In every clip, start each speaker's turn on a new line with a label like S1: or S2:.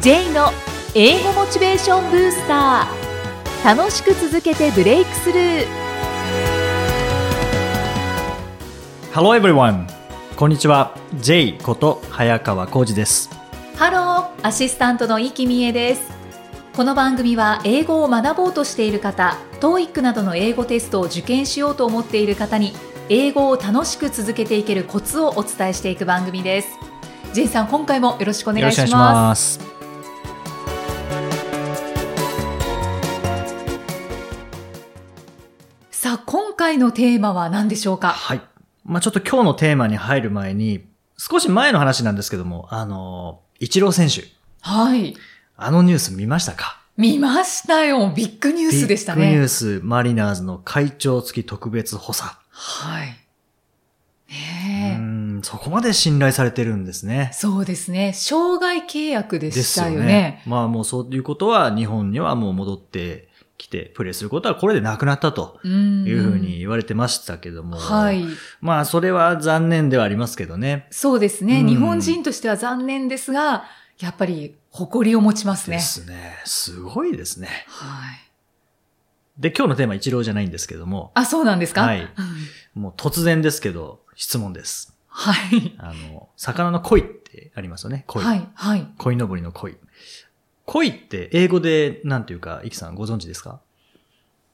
S1: J の英語モチベーションブースター楽しく続けてブレイクスルー
S2: Hello everyone! こんにちは。J こと早川浩二です。。
S1: ハローアシスタントの生きみえですこの番組は英語を学ぼうとしている方 TOEIC などの英語テストを受験しようと思っている方に英語を楽しく続けていけるコツをお伝えしていく番組です J さん今回もよろしくお願いしますすさあ今回のテーマは何でしょうか
S2: はい。まあちょっと今日のテーマに入る前に、少し前の話なんですけども、あの、イチロー選手、
S1: はい
S2: あのニュース見ましたか
S1: 見ましたよビッグニュースでしたね
S2: ビッグニュース、マリナーズの会長付き特別補佐。
S1: はい。
S2: う
S1: ねえ、
S2: ーん、そこまで信頼されてるんですね。
S1: そうですね。障害契約で
S2: で
S1: し
S2: す
S1: た
S2: よ
S1: よね。
S2: ね。まあもうそういうことは日本にはもう戻ってきて、プレーすることはこれでなくなったと
S1: うん。
S2: いうふうに言われてましたけども。
S1: はい。
S2: まあ、それは残念ではありますけどね。
S1: そうですね。
S2: うん
S1: 日本人としては残念ですが、やっぱり誇りを持ちます
S2: で
S1: ね。
S2: すね。すごいですね。
S1: はい。
S2: で、今日のテーマ、一郎じゃないんですけども、
S1: あ、そうなんですか
S2: はい
S1: うん
S2: もう突然ですけど、質問です。
S1: はい。
S2: あの、魚の鯉ってありますよね。鯉。
S1: はい。はい。
S2: 鯉のぼりの鯉。鯉って英語で、なんていうか、イキさんご存知ですか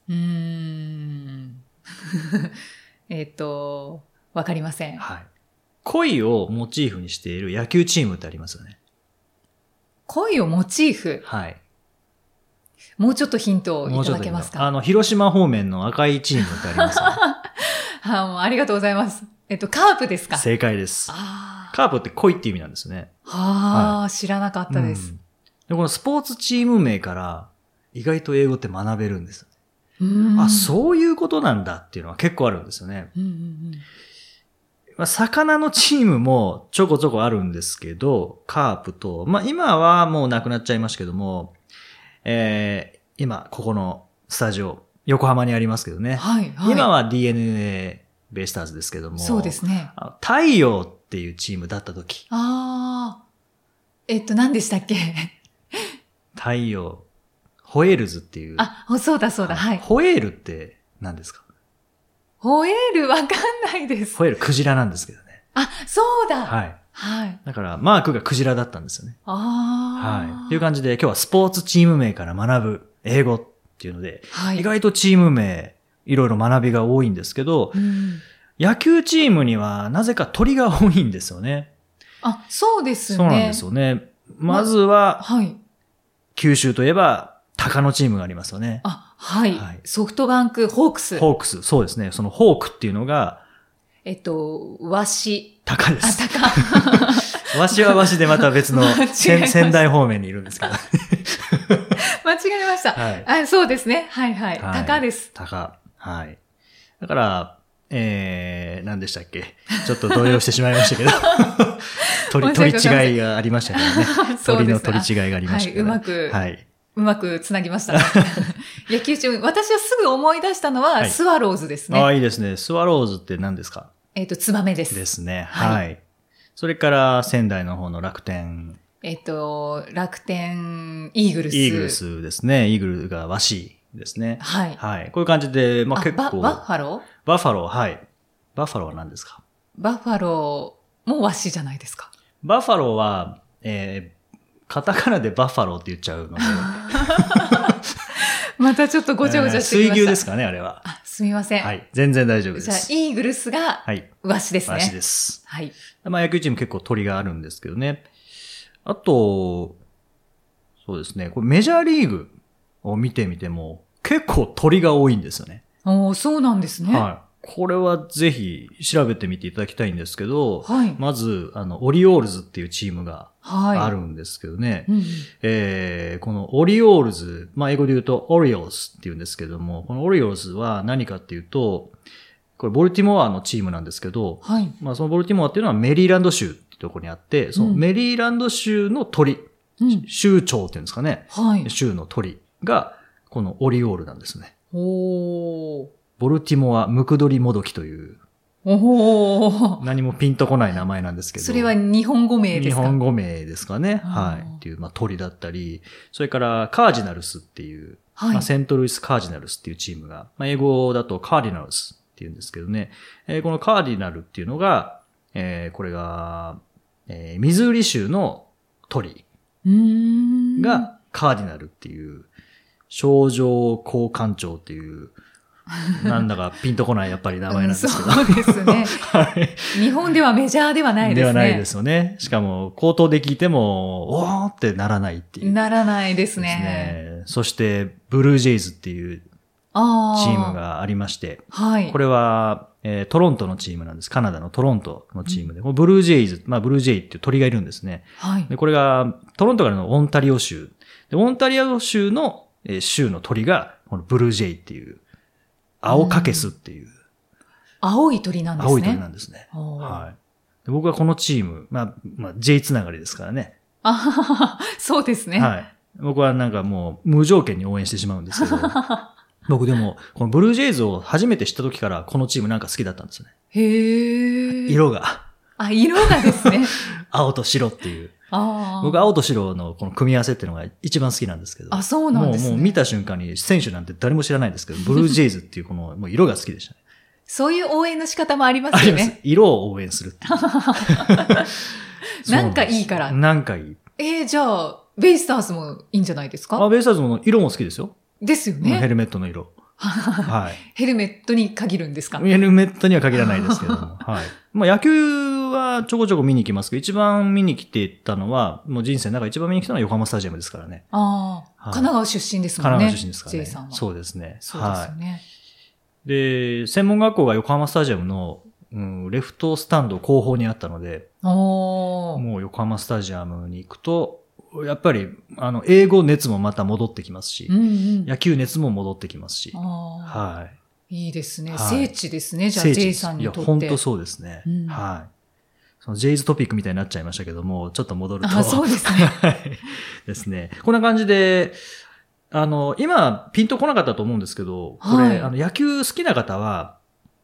S1: うーん。 えっと、わかりません。
S2: はい。鯉をモチーフにしている野球チームってありますよね。
S1: 恋をモチーフ。
S2: はい。
S1: もうちょっとヒントをいただ
S2: と
S1: け
S2: 言う
S1: ます
S2: とあ
S1: か
S2: の、広島方面の赤いチームってあります よね。
S1: あもうありがとうございます。えっと、カープですか
S2: 正解です。
S1: あー
S2: カープって鯉って意味なんですよね。
S1: あー、知らなかったで
S2: う
S1: す
S2: ん。で、このスポーツチーム名から意外と英語って学べるんです。
S1: うん
S2: あ、そういうことなんだっていうのは結構あるんですよね。
S1: うんうんうん
S2: まあ、魚のチームもちょこちょこあるんですけど、カープと、まあ今はもうなくなっちゃいましたけども、えー、今、ここのスタジオ、横浜にありますけどね。
S1: はい、はい。
S2: 今は DNA ベイスターズですけども、
S1: そうですね。
S2: あの太陽っていうチームだった時、
S1: ああ。えっと、何でしたっけ
S2: 太陽、ホエールズっていう。
S1: あ、そうだそうだ、はい。
S2: ホエールって何ですか
S1: ホエールわかんないです。
S2: 吠えるクジラなんですけどね。
S1: あ、そうだはい。
S2: はい。だから、マークがクジラだったんですよね。
S1: ああ。
S2: はい。という感じで、今日はスポーツチーム名から学ぶ英語っていうので、
S1: は
S2: 意外とチーム名、いろいろ学びが多いんですけど、
S1: うん
S2: 野球チームにはなぜか鳥が多いんですよね。
S1: あ、そうですね。
S2: そうなんですよね。まずは、
S1: はい。
S2: 九州といえば、鷹のチームがありますよね。
S1: あ、はい。
S2: はい
S1: ソフトバンク、ホークス。
S2: ホークス、そうですね。そのホークっていうのが、
S1: えっと、わし。
S2: 鷹で
S1: あ、
S2: す。
S1: たか。
S2: わしはわしでまた別の
S1: 間違えました
S2: 仙仙台方面にいるんですけど。
S1: 間違えました。
S2: はい。
S1: あそうですね。はいはい。
S2: はい
S1: たかです。
S2: 高。はい。だから、えー、何でしたっけちょっと動揺してしまいまし たけど。鳥、
S1: 申し訳ございません
S2: 鳥違いがありましたから ね。
S1: そう
S2: 鳥
S1: で
S2: の
S1: すね
S2: 鳥違いがありました
S1: は
S2: け
S1: い、う
S2: ど、
S1: ま
S2: ね。
S1: く、
S2: はい。
S1: うまくつなぎま したね。野球チーム、私はすぐ思い出したのは、
S2: はい
S1: スワローズです
S2: ああ、
S1: ね。
S2: いいですね。スワローズって何ですか
S1: えっ、と、ツバメです。
S2: ですね。
S1: はい
S2: はい。それから、仙台の方の楽天、
S1: えっ、と、楽天、イーグルス。
S2: イーグル。スですね。イーグルが和紙ですね。
S1: はい。
S2: はい。こういう感じで、まあ
S1: あ
S2: 結構、
S1: ババッファロー
S2: バッファロー、はい。バッファローは何ですか
S1: バッファローもワシじゃないですか。
S2: バッファローは、えー、カタカナでバッファローって言っちゃうので、
S1: またちょっと ごちゃごちゃしてきま
S2: 水
S1: した。
S2: 牛ですかね、あれは。
S1: あ、すみません。
S2: はい。全然大丈夫で
S1: じゃあ、
S2: す。
S1: イーグルスが
S2: はい。
S1: ワシですね。
S2: 私です。
S1: はい。
S2: まあ、野球チーム結構鳥があるんですけどね。あと、そうですね。これメジャーリーグを見てみても、結構鳥が多いんですよね。
S1: おーそうなんですね。は
S2: はい。これはぜひ調べてみていただきたいんですけど、
S1: い。
S2: まず、あの、オリオールズっていうチームが
S1: はい。
S2: あるんですけどね。
S1: うんうん。
S2: えーこのオリオールズ、まあ、英語で言うとオリオールズって言うんですけども、このオリオールズは何かっていうと、これボルティモアのチームなんですけど、
S1: はい。
S2: まあ、そのボルティモアっていうのはメリーランド州ってとこにあって、その
S1: うん
S2: メリーランド州の鳥、
S1: うん。
S2: 州長っていうんですかね、
S1: はい。
S2: 州の鳥が、このオリオールなんですね。
S1: おー。
S2: ボルティモアムクドリモドキという
S1: おお。
S2: 何もピンとこない名前なんですけど。
S1: それは日本語名で
S2: 日
S1: すか
S2: 本語名ですかね。は
S1: あー
S2: い。っていう、まあ、鳥だったり、それからカージナルスっていう、
S1: はい。
S2: まあ、セントルイス・カージナルスっていうチームが、まあ、英語だとカーディナルスっていうんですけどね、えーこのカーディナルっていうのが、えーこれが、えーミズーリ州の鳥
S1: うーん。
S2: がカーディナルっていう、症状交換長っ ていう、なんだかピンとこないやっぱり名前なんですけど。
S1: うんそうですね。
S2: はい。
S1: 日本ではメジャーではないですね。
S2: ではないですよね。しかも、口頭で聞いても、おーってならないっていう。
S1: ならないですね。
S2: ですねそして、ブルージェイズっていう
S1: ああ。
S2: チーム。がありまして、
S1: はい。
S2: これは、えートロントのチームなんです。カナダのトロントのチームで、このブルージェイズ、まあブルージェイっていう鳥がいるんですね。
S1: はい。
S2: で、これがトロントからのオンタリオ州。で、オンタリオ州の、えー州の鳥が、このブルージェイっていう、青カケスっていう、
S1: 青い鳥なんですね。
S2: 青い鳥なんですね。
S1: おー
S2: はい。で僕はこのチーム、まあ、まあ、J つながりですからね。
S1: あはははそうですね。
S2: はい。僕はなんかもう無条件に応援してしまうんです けど、僕でも、このブルージェイズを初めて知った時から、このチームなんか好きだったんですよね。
S1: へえ。。
S2: 色が。
S1: あ、色がです ね。
S2: 青と白っていう。
S1: ああ。
S2: 僕、青と白のこの組み合わせっていうのが一番好きなんですけど。
S1: あ、そうなんですね。
S2: もう、もう見た瞬間に選手なんて誰も知らないんですけど、ブルージェイズっていう この、もう色が好きでしたね。
S1: そういう応援の仕方もありま
S2: あ
S1: す
S2: り
S1: よ
S2: ます
S1: ね。。
S2: 色を応援する っていうそう
S1: な
S2: です
S1: んかいいから
S2: なんかいい。
S1: えー、じゃあ、ベイスターズもいいんじゃないです
S2: あ、
S1: か
S2: ベイスターズの色も好きですよ。
S1: ですよ
S2: ヘ
S1: ね。
S2: ルメット の色。はい。
S1: ヘルメットに限るんですか
S2: ヘルメットには限らないですけども。 はい。まあ野球はちょこちょこ見に来ますけど、一番見に来てたのは、もう人生の中で一番見に来たのは横浜スタジアムですからね。
S1: ああ、
S2: はい
S1: 神奈川出身です
S2: 神
S1: もんね。
S2: 奈川出身ですから
S1: J
S2: ね。
S1: さんは。
S2: そうですね。
S1: そうですよね。
S2: い。で、専門学校が横浜スタジアムの、うん、レフトスタンド後方にあったので、
S1: おー
S2: もう横浜スタジアムに行くと、やっぱり、あの、英語熱もまた戻ってきますし
S1: う、んうん。
S2: 野球熱も戻ってきますし、
S1: ああ
S2: はい。
S1: いいですね。
S2: はい
S1: 聖地ですね。じゃあ、
S2: 聖地
S1: J
S2: です
S1: さんにとって。
S2: いや、本当そうですね。
S1: うん
S2: はい。その J's トピックみたいになっちゃいましたけども、ちょっと戻ると。
S1: あそうですね。
S2: はい。ですね。こんな感じで、あの、今、ピンとこなかったと思うんですけど、これ、
S1: はい
S2: あの、野球好きな方は、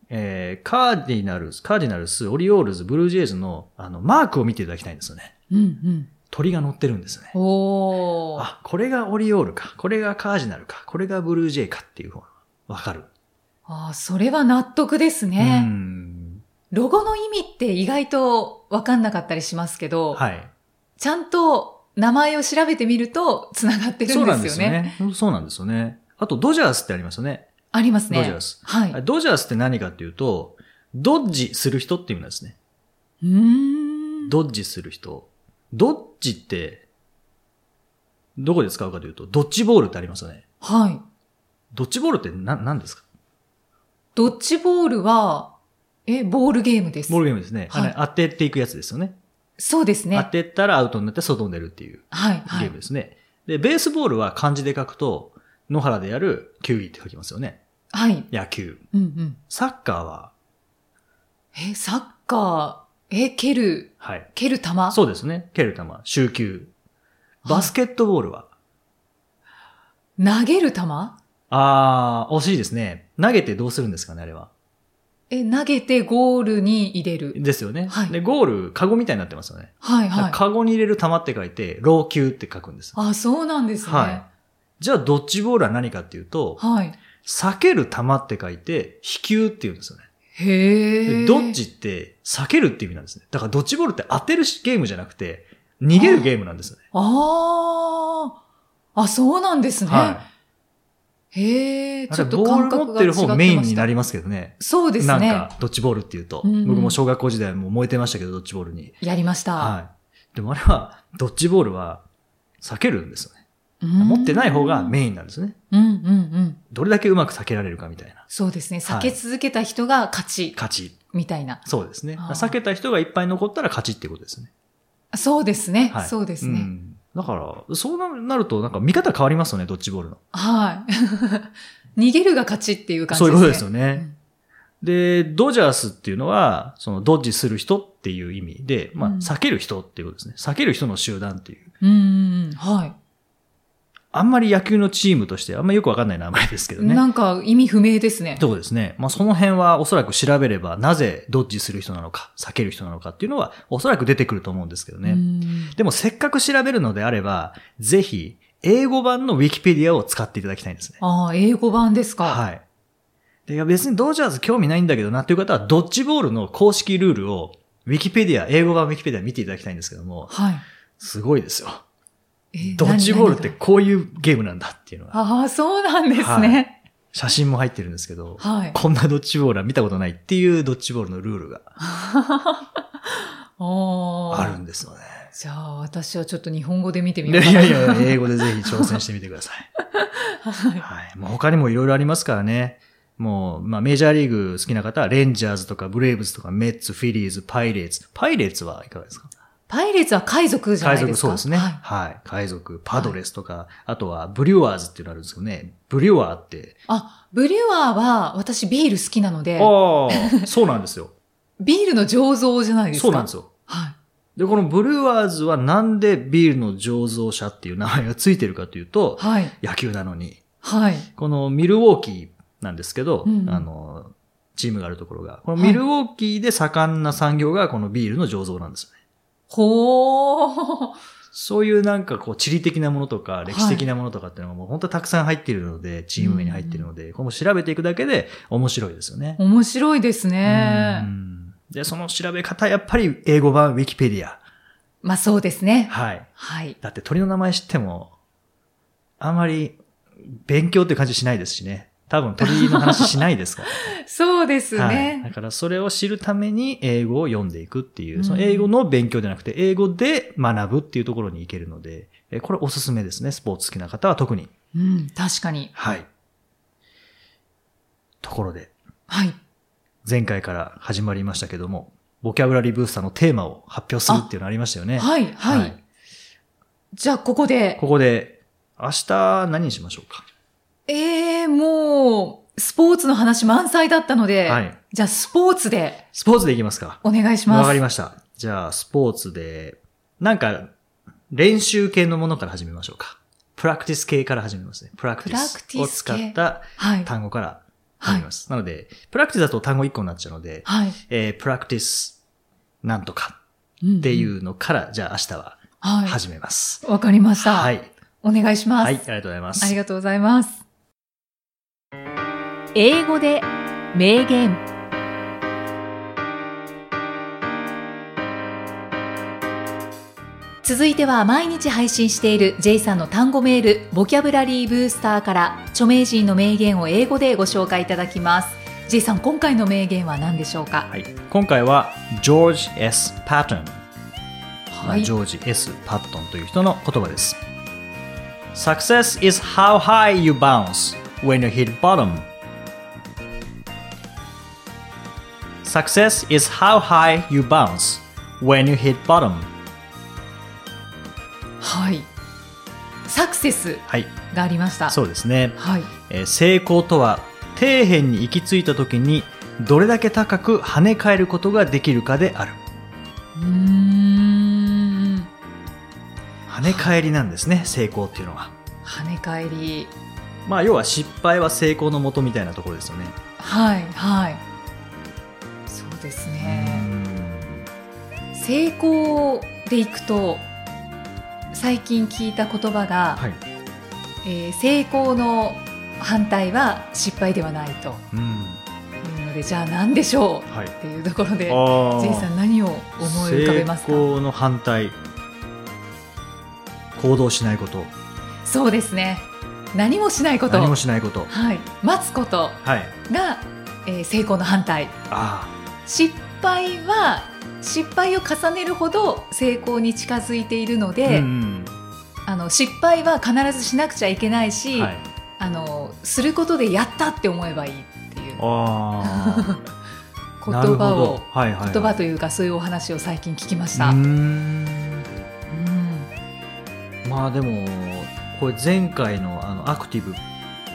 S2: えー、カーディナルス、カーディナルス、オリオールズ、ブルージェイズの、あの、マークを見ていただきたいんですよね。
S1: うん
S2: 鳥が乗ってるんですよね
S1: うん。。おー
S2: あ、これがオリオールか、これがカージナルか、これがブルージェイかっていう方がわかる。
S1: あー、それは納得です
S2: う
S1: ね。
S2: ん。
S1: ロゴの意味って意外とわかんなかったりしますけど、
S2: はい。
S1: ちゃんと名前を調べてみると繋がってるんですよね。
S2: そうなんですよね。そうなんですよね。あと、ドジャースってありますよね。
S1: ありますね。
S2: ドジャース。
S1: はい。
S2: あ
S1: う
S2: ドジャースって何かっていうと、ドッジする人っていう意味なんですね。
S1: ーん。
S2: ドッジする人。ドッジって、どこで使うかというと、ドッジボールってありますよね。
S1: はい。
S2: ドッジボールってな、何ですか
S1: ドッジボールは、え、ボールゲームです
S2: ボー。ルゲームですね。
S1: はい
S2: あの当てていくやつですよね
S1: そうですね。
S2: 当てたらアウトになって外に出るっていう
S1: はい、は
S2: ゲー
S1: い
S2: ム。ですね。で、ベースボールは漢字で書くと、野原でやる球技って書きますよね。
S1: はい。
S2: 野球。
S1: うんうん。
S2: サッカーは、
S1: え、サッカー、え、蹴る、
S2: はい。
S1: 蹴る球
S2: そうですね。蹴る球、集球。バスケットボールは、
S1: 投げる球
S2: あー、惜しいですね。投げてどうするんですかね、あれは。
S1: え、投げてゴールに入れる。
S2: ですよね。
S1: はい
S2: で、ゴール、カゴみたいになってますよね。
S1: はいはい。
S2: カゴに入れる球って書いて、老球って書くんです。
S1: あ、そうなんですね。
S2: はい。じゃあ、ドッジボールは何かっていうと、
S1: はい。
S2: 避ける球って書いて、飛球って言うんですよね。
S1: へ
S2: で
S1: え。
S2: ドッジって、避けるって意味なんですね。だから、ドッジボールって当てるゲームじゃなくて、逃げるゲームなんですよね。
S1: ああ。あ、そうなんですね。
S2: はい。
S1: へえ、
S2: あ
S1: ち
S2: れ
S1: ょっと
S2: ボー
S1: 感
S2: ル
S1: 覚
S2: 持っ
S1: が
S2: て
S1: 違
S2: る
S1: って
S2: 方メイン
S1: ま
S2: に
S1: した
S2: なりますけどね。
S1: そうです
S2: なん
S1: ね。
S2: か、ドッジボールっていうと。
S1: うんうん
S2: 僕も小学校時代もう燃えてましたけど、ドッジボールに。
S1: やりました。
S2: はい。でもあれは、ドッジボールは避けるんですよね。持ってない方が
S1: イ
S2: メインなんですね。
S1: ン。うんうんうん。
S2: どれだけうまく避けられるかみたいな。
S1: そうですね。避
S2: はい
S1: け続けた人が勝ち、
S2: 勝ち。
S1: みたいな。
S2: そうですね。
S1: あー
S2: 避けた人がいっぱい残ったら勝ちってことですね。
S1: そうですね。
S2: はい。
S1: そうですね。
S2: んだから、そうなると、なんか見方変わりますよね、ドッジボールの。
S1: はい。 逃げるが勝ちっていう感じ
S2: そう
S1: で
S2: い
S1: す
S2: う
S1: ね。
S2: ことですよね。で、ドジャースっていうのは、その、ドッジする人っていう意味で、まあ、
S1: うん
S2: 避ける人っていうことですね。避ける人の集団っていう。
S1: うん。うんうんうん。はい。
S2: あんまり野球のチームとして、あんまりよくわかんない名前ですけどね。
S1: なんか意味不明ですね。
S2: そうですね。まあ、その辺はおそらく調べれば、なぜドッジする人なのか、避ける人なのかっていうのは、おそらく出てくると思うんですけどね。
S1: うん
S2: でもせっかく調べるのであれば、ぜひ、英語版のウィキペディアを使っていただきたいんですね。
S1: ああ、英語版ですか。
S2: はい。でいや別にドジャーズ興味ないんだけどなっていう方は、ドッジボールの公式ルールを、ウィキペディア、英語版ウィキペディア見ていただきたいんですけども、
S1: はい。
S2: すごいですよ。
S1: え
S2: ドッジボールっ
S1: 何
S2: て
S1: 何が
S2: こういうゲームなんだっていうのが、
S1: ああ、そうなんですね。
S2: 写真も入ってるんですけど、
S1: はい。
S2: こんなドッジボールは見たことないっていうドッジボールのルールが
S1: おー
S2: あるんですよね。
S1: じゃあ、私はちょっと日本語で見てみ
S2: い
S1: よう
S2: や
S1: かな。
S2: いやいや、英語でぜひ挑戦してみてください。
S1: はい
S2: はい。もう他にもいろいろありますからね。もう、まあメジャーリーグ好きな方は、レンジャーズとかブレーブスとかメッツ、フィリーズ、パイレーツ。パイレーツはいかがですか
S1: パイレーツは海賊じゃ
S2: 海
S1: ない
S2: 賊、
S1: ですか。
S2: そうですね。
S1: はい
S2: はい。海賊、パドレスとか、あとはブリュワーズっていうのあるんですけどね。ブリュワーって。
S1: あ、ブリュワーは私ビール好きなので、
S2: ああ、そうなんですよ。
S1: ビールの醸造じゃないですか。。
S2: そうなんですすよ。
S1: はい。
S2: で、このブリュワーズはなんでビールの醸造者っていう名前がついてるかというと、
S1: はい。
S2: 野球なのに。
S1: はい。
S2: このミルウォーキーなんですけど、
S1: うん
S2: あの、チームがあるところが、この
S1: はい
S2: ミルウォーキーで盛んな産業がこのビールの醸造なんですよね。
S1: ほー。
S2: そういうなんかこう地理的なものとか歴史的なものとかっていうのがもう本当たくさん入っているので、チーム名に入っているので、これも調べていくだけで面白いですよね。
S1: 面白いです
S2: う
S1: ね。
S2: んで、その調べ方、やっぱり英語版ウィキペディア。
S1: まあそうですね。
S2: はい。
S1: はい。
S2: だって鳥の名前知っても、あまり勉強っていう感じしないですしね。多分鳥の話しないですから。
S1: そうです
S2: はい。
S1: ね。
S2: だからそれを知るために英語を読んでいくっていうう、
S1: ん
S2: その英語の勉強じゃなくて、英語で学ぶっていうところに行けるので、えこれおすすめですね。スポーツ好きな方は特に。
S1: うん、確かに。
S2: はい。ところで、
S1: はい。
S2: 前回から始まりましたけども、ボキャブラリーブースターのテーマを発表するっていうのありましたよね。
S1: はい、はい。じゃあ、ここで。
S2: ここで、明日何にしましょうか。
S1: ええもう、スポーツの話満載だったので、
S2: はい
S1: じゃあ、スポーツで
S2: スポーツでいきますか。
S1: お願いします。
S2: わかりました。じゃあ、スポーツで、なんか、練習系のものから始めましょうか。プラクティス系から始めますね。プラクティスを使った
S1: はい。
S2: 単語から
S1: は
S2: 始め
S1: い
S2: ま。す。なので、プラクティスだと単語1個になっちゃうので、
S1: はい。
S2: えー、プラクティスなんとか
S1: っ。
S2: っていううのから、じゃあ明日は
S1: は
S2: 始めます。
S1: い。わかりました。
S2: はい。はい、
S1: お願いします。
S2: ありがとうございます。
S1: ありがとうございます。
S3: 英語で名言
S1: 続いては毎日配信している J さんの単語メールボキャブラリーブースターから著名人の名言を英語でご紹介いただきます J さん今回の名言は何でしょうか
S2: はい、今回はジョージ・ S ・パトン、
S1: い
S2: ジョージ・ S ・パトンという人の言葉です Success is how high you bounce when you hit bottom Success is how high you bounce when you hit bottom
S1: はいサクセス
S2: はい、
S1: がありました
S2: そうですね、
S1: はい
S2: えー成功とは底辺に行き着いた時にどれだけ高く跳ね返ることができるかである
S1: うーん
S2: 跳ね返りなんですね成功っていうのは
S1: 跳ね返り
S2: まあ要は失敗は成功のもとみたいなところですよね。
S1: はいはいそうですね成功でいくと最近聞いた言葉が、
S2: はい。
S1: えー成功の反対は失敗ではないと
S2: うん。
S1: いうのでじゃあ何でしょ
S2: はい。
S1: うっていうところで
S2: あ
S1: ジェイさん何を思い浮かべます
S2: 成
S1: か
S2: 功の反対。行動しないこと。
S1: そうですね何もしないこと
S2: 何もしないこと。
S1: はい、待つこと
S2: はい。
S1: が、えー成功の反対
S2: あ
S1: 失敗は失敗を重ねるほど成功に近づいているの
S2: あ。
S1: で、
S2: うん
S1: あの失敗は必ずしなくちゃいけない
S2: うん。
S1: し、
S2: はい。
S1: あのすることでやったって思えばいいっていう
S2: ああ。
S1: 言
S2: なるほ
S1: 葉
S2: ど
S1: を。
S2: はいはいはい。
S1: 言葉というかそういうお話を最近聞きまし
S2: う
S1: た。
S2: ー
S1: うん
S2: ん。まあでも、これ前回のあのアクティブ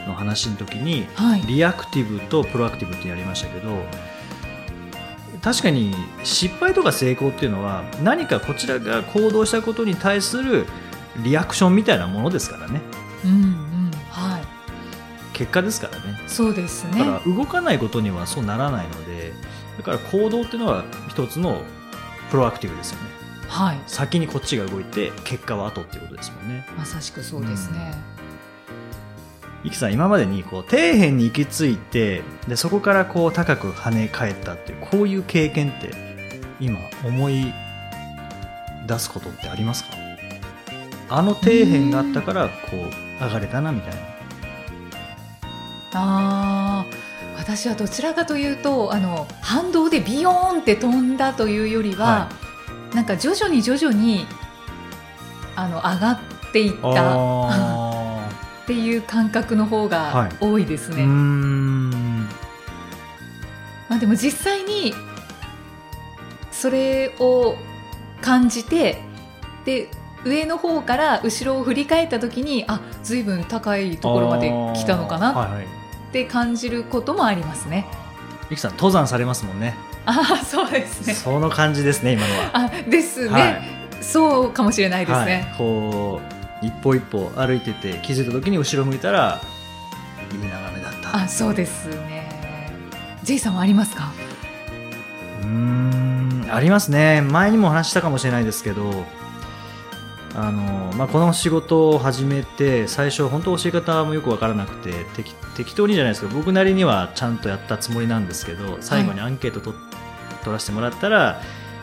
S2: の話の時に、
S1: はい、
S2: リアクティブとプロアクティブってやりましたけど確かに失敗とか成功っていうのは何かこちらが行動したことに対するリアクションみたいなものですからね
S1: うん
S2: 結果ですからね。
S1: そうです
S2: だ
S1: ね
S2: から動かないことにはそうならないので、だから行動っていうのは一つのプロアクティブですよね。
S1: はい
S2: 先にこっちが動いて、結果は後っていうことですもんね。
S1: まさしくそうですね、
S2: イキさん、今までにこう底辺に行き着いてで、そこからこう高く跳ね返ったっていう、こういう経験って、今、思い出すことってありますかあの底辺があったから、こう、上がれたなみたいな。
S1: あー私はどちらかというとあの反動でビヨーンって飛んだというよりは、
S2: は
S1: なんか徐々に徐々にあの上がっていったっ
S2: あー
S1: ていう感覚の方
S2: は
S1: が
S2: い
S1: 多いです
S2: う
S1: ね。
S2: ーん。
S1: まあ、でも実際にそれを感じてで上の方から後ろを振り返った時にあ随分高いところまで来たのか
S2: あ
S1: なっ
S2: ーはいはい。
S1: て感じることもありますね。
S2: イキさん、登山されますもんね。
S1: ああそうですね。
S2: その感じですね、今のは。
S1: あ ですね、
S2: はい
S1: そうかもしれないです
S2: は
S1: ね。
S2: い、こう一歩一歩歩いてて気づいた時に後ろ向いたらいい眺めだった
S1: あそうですね。J さんはありますか？
S2: うーんありますね前にもお話ししたかもしれないですけどあの、まあ、この仕事を始めて最初本当教え方もよく分からなくて適適当にじゃないですけど僕なりにはちゃんとやったつもりなんですけど最後にアンケートと、取らせてもらったら、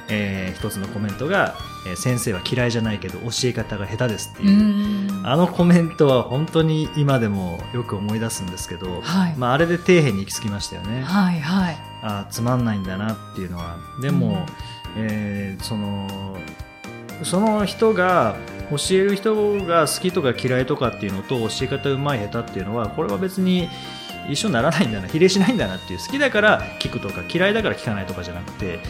S2: えー一つのコメントが、えー先生は嫌いじゃないけど教え方が下手です」って
S1: う
S2: いう、
S1: ーん
S2: あのコメントは本当に今でもよく思い出すんですけど、
S1: はい、
S2: まあ、あれで底辺に行き着きましたよね。
S1: はいはい
S2: あーつまんないんだなっていうのは。でも、えーその、その人が、教える人が好きとか嫌いとかっていうのと教え方うまい下手っていうのはこれは別に一緒にならないんだな比例しないんだなっていう好きだから聞くとか嫌いだから聞かないとかじゃなくて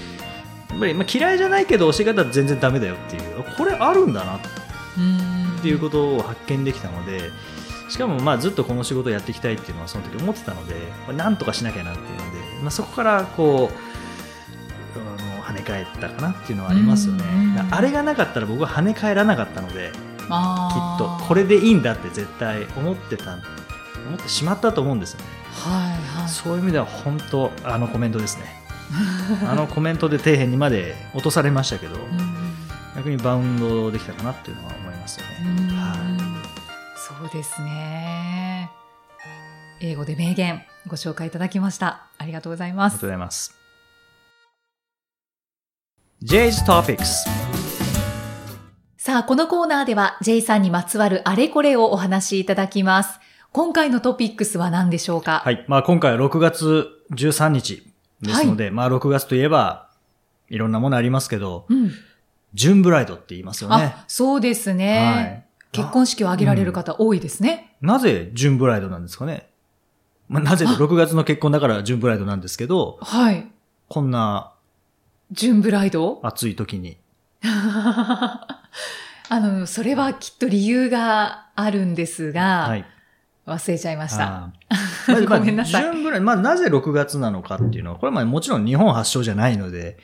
S2: やっぱりまあ嫌いじゃないけど教え方全然ダメだよっていうこれあるんだなっ
S1: うーん
S2: っていうことを発見できたのでしかもまあずっとこの仕事をやっていきたいっていうのはその時思ってたのでこれなんとかしなきゃなっていうので、まあ、そこからこうあの跳ね返ったかなっていうのはありますよね
S1: うんうんうん
S2: あれがなかったら僕は跳ね返らなかったのできっ
S1: あー
S2: とこれでいいんだって絶対思ってた思ってしまったと思うんですよね
S1: はいはい
S2: そういう意味では本当あのコメント ですねあのコメントで底辺にまで落とされましたけど
S1: うん
S2: 逆にバウンドできたかなっていうのは思いますよね、
S1: うん
S2: はい
S1: そうですね英語で名言ご紹介いただきましたありがとうございま
S2: ありが
S1: す
S2: とうございます。J's Topics
S1: さあこのコーナーでは J さんにまつわるあれこれをお話しいただきます今回のトピックスは何でしょうか、
S2: はい。まあ今回は6月13日ですので、まあ6月といえば、いろんなものありますけど、
S1: うん、
S2: ジュンブライドって言いますよね。
S1: あそうですね、結婚式を挙げられる方多いですね。
S2: ななぜジュンブライドなんですかねまあなぜと6月の結婚だからジュンブライドなんですけど、
S1: はい。
S2: こんな
S1: ジュンブライド
S2: 暑い時に。
S1: あの、それはきっと理由があるんですが、
S2: はい。
S1: 忘れちゃいま した。
S2: あーまず
S1: ごめんなさい
S2: まあ、順ぐらい、まあ、なぜ6月なのかっていうのは、これはまあもちろん日本発祥じゃないので、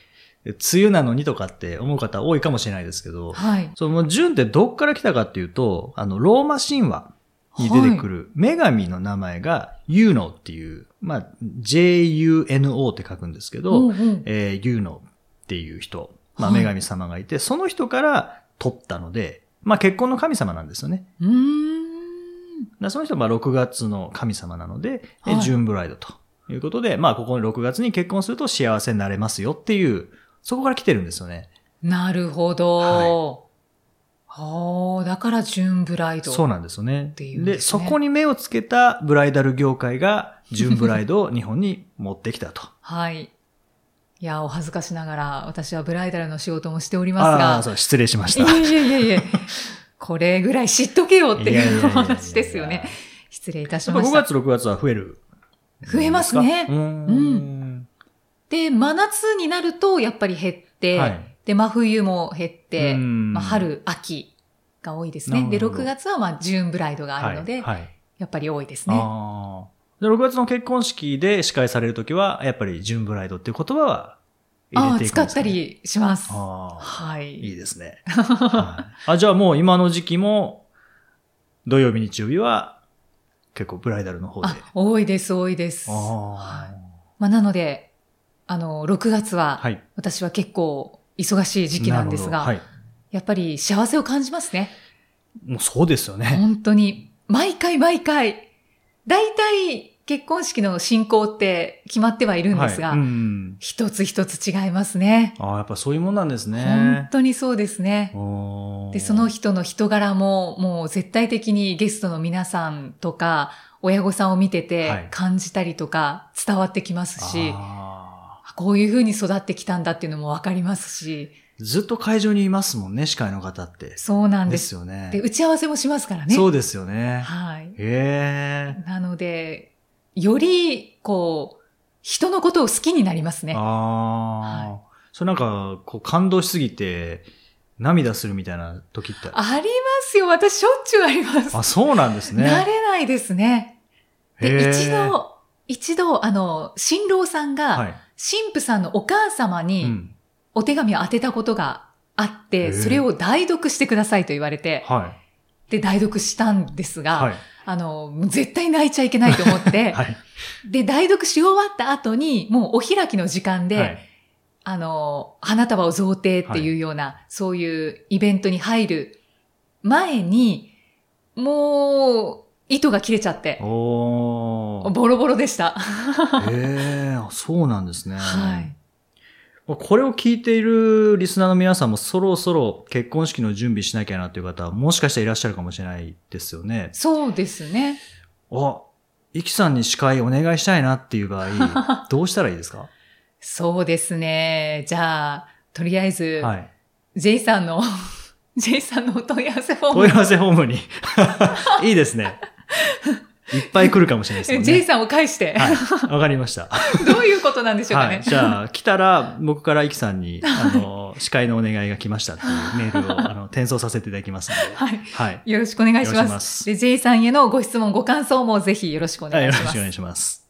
S2: 梅雨なのにとかって思う方多いかもしれないですけど、
S1: はい。
S2: その順ってどっから来たかっていうと、あの、ローマ神話に出てくる女神の名前が Juno っていう、まあ、J-U-N-O って書くんですけ
S1: う
S2: ど、
S1: んうん
S2: えー、ユーノっていう人、まあ、
S1: はい
S2: 女神様がいて、その人から取ったので、まあ、結婚の神様なんですよね。
S1: うーん。
S2: だからその人はまあ6月の神様なので、え
S1: はい
S2: ジューンブライドということで、まあここの6月に結婚すると幸せになれますよっていう、そこから来てるんですよね。
S1: なるほど。はあ、だからジュンブライド。
S2: そうなんですよね。
S1: っていうんです
S2: そ
S1: ね
S2: こに目をつけたブライダル業界が、ジューンブラ イドを日本に持ってきたと。
S1: はい。いや、お恥ずかしながら、私はブライダルの仕事もしておりますが
S2: ああ、、そう、失礼しまし
S1: い
S2: た。
S1: やいやいやいや、これぐらい知っとけよっていうお話ですよ
S2: いやいやいやいや
S1: ね。失礼いたし
S2: やっぱ
S1: ま
S2: 5
S1: した。
S2: 月、6月は増える。
S1: 増えますね
S2: うーん。
S1: で、真夏になるとやっぱり減って、
S2: はい
S1: で、真冬も減って、
S2: うん
S1: まあ、春、秋が多いですね。
S2: な
S1: で、
S2: るほど
S1: 6月はまあ、ジューンブライドがあ
S2: は
S1: るの
S2: い。
S1: で、
S2: はい。
S1: やっぱり多いですね。
S2: ああ。で、6月の結婚式で司会されるときは、やっぱりジューンブライドっていう言葉は入
S1: あ
S2: れ
S1: あ、
S2: ていくん
S1: 使
S2: で
S1: っ
S2: す
S1: た
S2: かね、
S1: りします。
S2: ああ。
S1: はい。
S2: いいですね。はいあ、じゃあもう今の時期も、土曜日、日曜日は結構ブライダルの方で。
S1: あ、多いです、多いです。
S2: あー
S1: まあ、なので、あの、6月は、
S2: はい。
S1: 私は結構忙しい時期なんですが、
S2: るほどはい。
S1: やっぱり幸せを感じますね。
S2: もうそうですよね。
S1: 本当に。毎回毎回。大体、結婚式の進行って決まってはいるんですが、
S2: はいうん
S1: 一つ一つ違いますね。
S2: ああ、やっぱそういうもんなんです
S1: 本
S2: ね。
S1: 当にそうですね。
S2: おー
S1: で、その人の人柄も、もう絶対的にゲストの皆さんとか、親御さんを見て
S2: は
S1: て
S2: い
S1: 感じたりとか伝わってきますし、
S2: あ
S1: こういう風に育ってきたんだっていうのもわかりますし、
S2: ーずっと会場にいますもんね、司会の方って。
S1: そうなん
S2: で
S1: ですす。
S2: よね。
S1: で、打ち合わせもしますからね。
S2: そうですよね。
S1: はい。
S2: へ
S1: なので、より、こう、人のことを好きになります
S2: え。
S1: ね。
S2: ああ、
S1: は
S2: それなんか、こう感動しすぎて、涙するみたいな時って。あ、
S1: ありますよ。私、しょっちゅうあります。
S2: そうなんですね。
S1: 慣れないですね。
S2: へ
S1: で、
S2: え
S1: 一、度、一度、あの、新郎さん
S2: は
S1: が、
S2: い。
S1: 新婦さんのお母様
S2: う
S1: に
S2: ん。
S1: お手紙を当てたことがあっ
S2: へ
S1: て、
S2: え
S1: それを代読してくださいと言われて、
S2: は
S1: で、代読したんです
S2: い。
S1: が、
S2: はい。
S1: あの、もう絶対泣いちゃいけないと思って、
S2: はい。
S1: で、代読し終わった後に、もうお開きの時間で、
S2: はい
S1: あの、花束を贈呈っていうような、そういうイベントに入る前に、もう、糸が切れちゃって、
S2: おー。
S1: ボロボロでした。
S2: へえ、あそうなんですね。
S1: はい。
S2: まあこれを聞いているリスナーの皆さんもそろそろ結婚式の準備しなきゃなという方はもしかしたらいらっしゃるかもしれないですよね。
S1: そうですね。
S2: あ、イキさんに司会お願いしたいなっていう 場合、どうしたらいいですか
S1: そうですね。じゃあ、とりあえず、
S2: はい。
S1: J さんの、J さんのお問い合わせフォーム
S2: 問い合わせホー ムに。いいですね。いっぱい来るかもしれないですもん
S1: J
S2: ね。
S1: さんを介して、
S2: はい。わかりました。
S1: どういうことなんでしょうか
S2: は
S1: ね。
S2: い。じゃあ、来たら、僕からイキさん に、あの、司会のお願いが来ましたっていうメールを、あの、転送させていただきますので。
S1: はい
S2: はい。
S1: よろしくお願いし
S2: よろ
S1: ま
S2: しくお願い
S1: す。
S2: します
S1: で、J さんへのご質問、ご感想もぜひよろしくお
S2: はい、
S1: 願い
S2: よろ
S1: し
S2: し
S1: ま
S2: くお
S1: す。
S2: 願いします。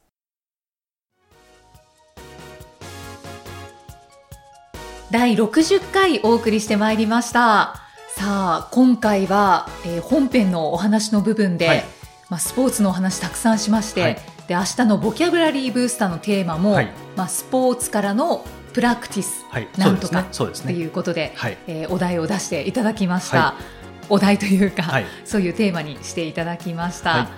S1: 第60回お送りしてまいりました。さあ、今回は、えー本編のお話の部分で、
S2: はい
S1: まあ、スポーツのお話たくさんしまして、
S2: はい
S1: で明日のボキャブラリーブースターのテーマも、
S2: はい
S1: まあ、スポーツからのプラクティス
S2: はい。
S1: なんとか
S2: そうです
S1: と
S2: ね。そうですね。
S1: いうことで、
S2: はい。
S1: えーお題を出していただきました。
S2: は
S1: お題というか、
S2: はい。
S1: そういうテーマにしていただきました。
S2: は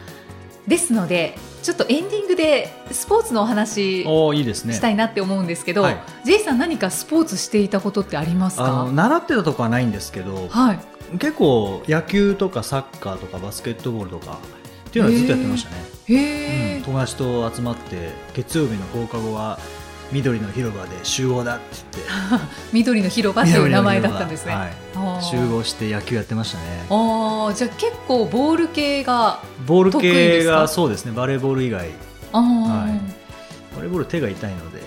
S1: ですので、ちょっとエンディングでスポーツのお話
S2: おーいいですね。
S1: したいなって思うんですけど、
S2: はい
S1: J さん何かスポーツしていたことってあります
S2: あの
S1: か？
S2: 習ってたとこはないんですけど、
S1: はい。
S2: 結構野球とかサッカーとかバスケットボールとかっていうのはずっとやってましたね、
S1: へ
S2: う
S1: え
S2: ん、、友達と集まって月曜日の放課後は緑の広場で集合だって言って
S1: 緑の広場っていう
S2: 緑の
S1: 名前
S2: 広
S1: だっ
S2: 場
S1: たんですね。
S2: はい
S1: あー
S2: 集。合して野球やってましたね
S1: ああ、じゃあ結構ボール系が、
S2: ボール
S1: 得意で
S2: 系
S1: すか
S2: がそうですねバレーボール以外
S1: ああ、
S2: バレーボール手が痛いので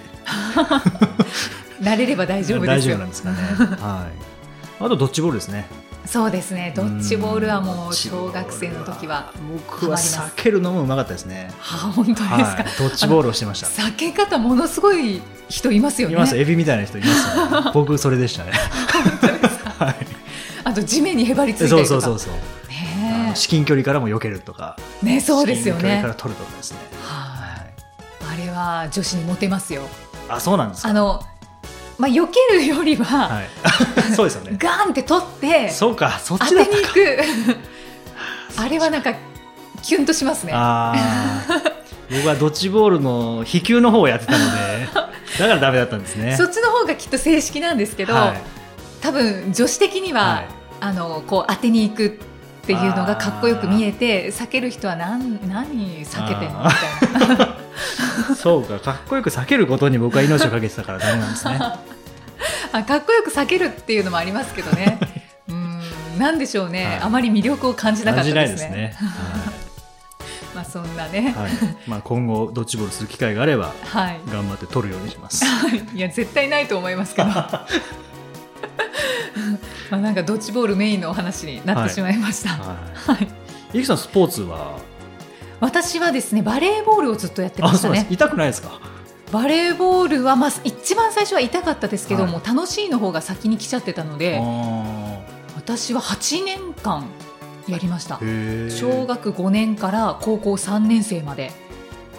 S1: 慣れれば大丈夫で
S2: 大
S1: す
S2: 丈
S1: よ
S2: 夫な。ん ですかねはいあとドッジボールですね
S1: そうですね。ドッジボールはも
S2: ん
S1: う小学生の時は、
S2: 僕は避けるのもうまかったですね
S1: あー本当ですか。
S2: はい、ドッジボールをしてました
S1: 避け方ものすごい人いますよね。
S2: います、エビみたいな人います よ、ね、僕それでしたねはい
S1: あと地面にへばりついた
S2: そう
S1: り
S2: そ
S1: と
S2: うそ
S1: か
S2: う。そう、あ
S1: ね
S2: の至近距離からも避けるとか
S1: えねそうですよ
S2: 至近距離
S1: ね
S2: か。ら取るとかですね
S1: は
S2: はい
S1: いあれは女子にモテますよ。
S2: あそうなんです
S1: あ
S2: か
S1: の、まあ、避けるよりは、
S2: はい そうですよね
S1: ガーンって取って、
S2: そうかそっ
S1: 当
S2: ちだ
S1: て
S2: った
S1: に行く。 あれはなんか、キュンとしますね。
S2: あ ー僕はドッジボールの飛球の方をやってたの でだからダメだったんですね
S1: そっちの方がきっと正式なんですけど、
S2: はい
S1: 多分女子的には、
S2: はい
S1: あのこう当てに行くっていうのがかっこよく見えて避ける人は何何避けてんのみたいな
S2: そうかかっこよく避けることに僕は命をかけてたからダメなんで すね
S1: あかっこよく避けるっていうのもありますけどね うんなんでしょうね、
S2: はい
S1: あまり魅力を感じなか
S2: 感
S1: った
S2: じな
S1: で
S2: い
S1: すね
S2: ですね、
S1: まあそんなね
S2: はいはいまあ、今後ドッジボールする機会があれば
S1: はい、
S2: 頑張って取るようにします
S1: い、や絶対ないと思いますけど まあなんかドッジボールメインのお話になっ
S2: は
S1: て
S2: い
S1: しまいました、
S2: はいい。ゆきさん、スポーツは。
S1: 私はですねバレーボールをずっとやってま
S2: あ、
S1: し
S2: そ
S1: た
S2: うなん
S1: ね
S2: です。痛くないですか。
S1: バレーボールは、まあ、一番最初は痛かったですけど、
S2: はい
S1: もう楽しいの方が先に来ちゃってたので
S2: あ
S1: 私は8年間やりました
S2: へえ
S1: 小学5年から高校3年生まで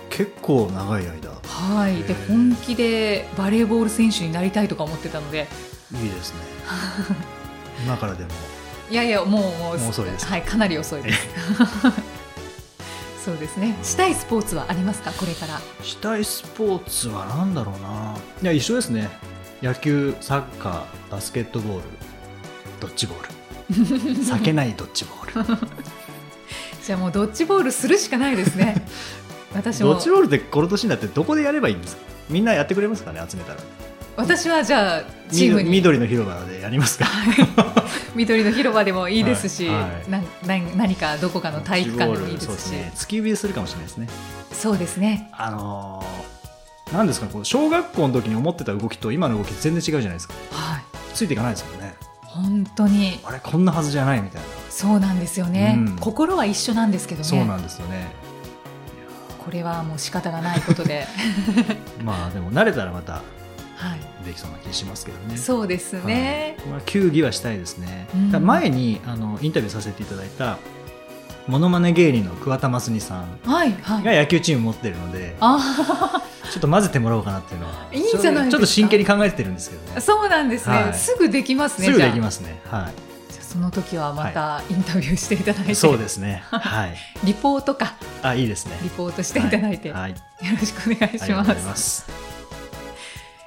S2: 結構長い間
S1: はいで
S2: へえ
S1: 本気でバレーボール選手になりたいとか思ってたので
S2: い いですね今からでも
S1: いやいやもうもう
S2: もう遅いです
S1: はい、かなり遅いです そうですねしたいスポーツはありますかこれから
S2: したいスポーツは何だろうないや一緒ですね野球サッカーバスケットボールドッジボー ル避けないドッジボール
S1: じゃあもうドッジボールするしかないですね 私
S2: ド
S1: も
S2: ッジボールってこの年になってどこでやればいいんですかみんなやってくれますかね集めたら
S1: 私はじゃあチームに
S2: みど緑の広場でやりますか
S1: 緑の広場でもいいですし、
S2: はいはい
S1: なんなん何かどこかの体育館でもいいで
S2: ドッジボールそう
S1: すし
S2: ね突き指でするかもしれないですね
S1: そうですね
S2: あのーなんですかねこう小学校の時に思ってた動きと今の動き全然違うじゃないですか
S1: はい
S2: ついていかないですもんね
S1: 本当に
S2: あれこんなはずじゃないみたいな
S1: そうなんですよね、
S2: うん
S1: 心は一緒なんですけど
S2: そう
S1: ね
S2: なんですよね
S1: これはもう仕方がないこと で、
S2: まあでも慣れたらまた
S1: はい、
S2: できそうな気しますけどね。
S1: そうですね、
S2: まあ、球技はしたいですね。
S1: うん
S2: だから前にあのインタビューさせていただいたモノマネ芸人の桑田真澄さん
S1: はいはい
S2: が野球チーム持ってるので、
S1: あ
S2: ちょっと混ぜてもらおうかなっていうのは、
S1: いいんじゃないですか
S2: ちょっと真剣に考えてるんですけど
S1: ー
S2: ね。
S1: そうなんですね、
S2: はい
S1: すぐできますね
S2: すぐでき
S1: じゃ
S2: ますね。は
S1: あじゃあその時はまたインタビューしていただい て、
S2: い。そうですね。はい。
S1: リポートか
S2: あ、いいですね。
S1: リポートしていただいて、
S2: はい。はい
S1: よろしくお願い
S2: あ
S1: し
S2: りがとう
S1: ま
S2: ござい
S1: す
S2: ます。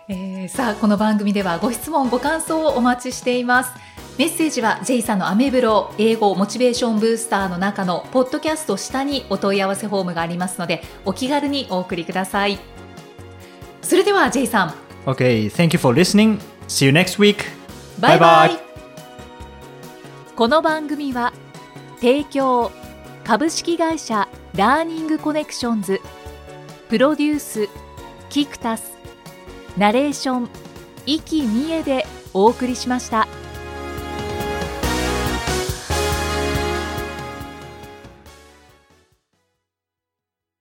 S1: えーさあこの番組ではご質問ご感想をお待ちしていますメッセージは J さんのアメブロ英語モチベーションブースターの中のポッドキャスト下にお問い合わせフォームがありますのでお気軽にお送りくださいそれでは J さん
S2: Okay, thank you for listening. See you next week.
S1: バイバイ
S2: バイバイ
S1: この番組は提供株式会社ラーニングコネクションズプロデュースキクタスナレーション生きみえでお送りしました。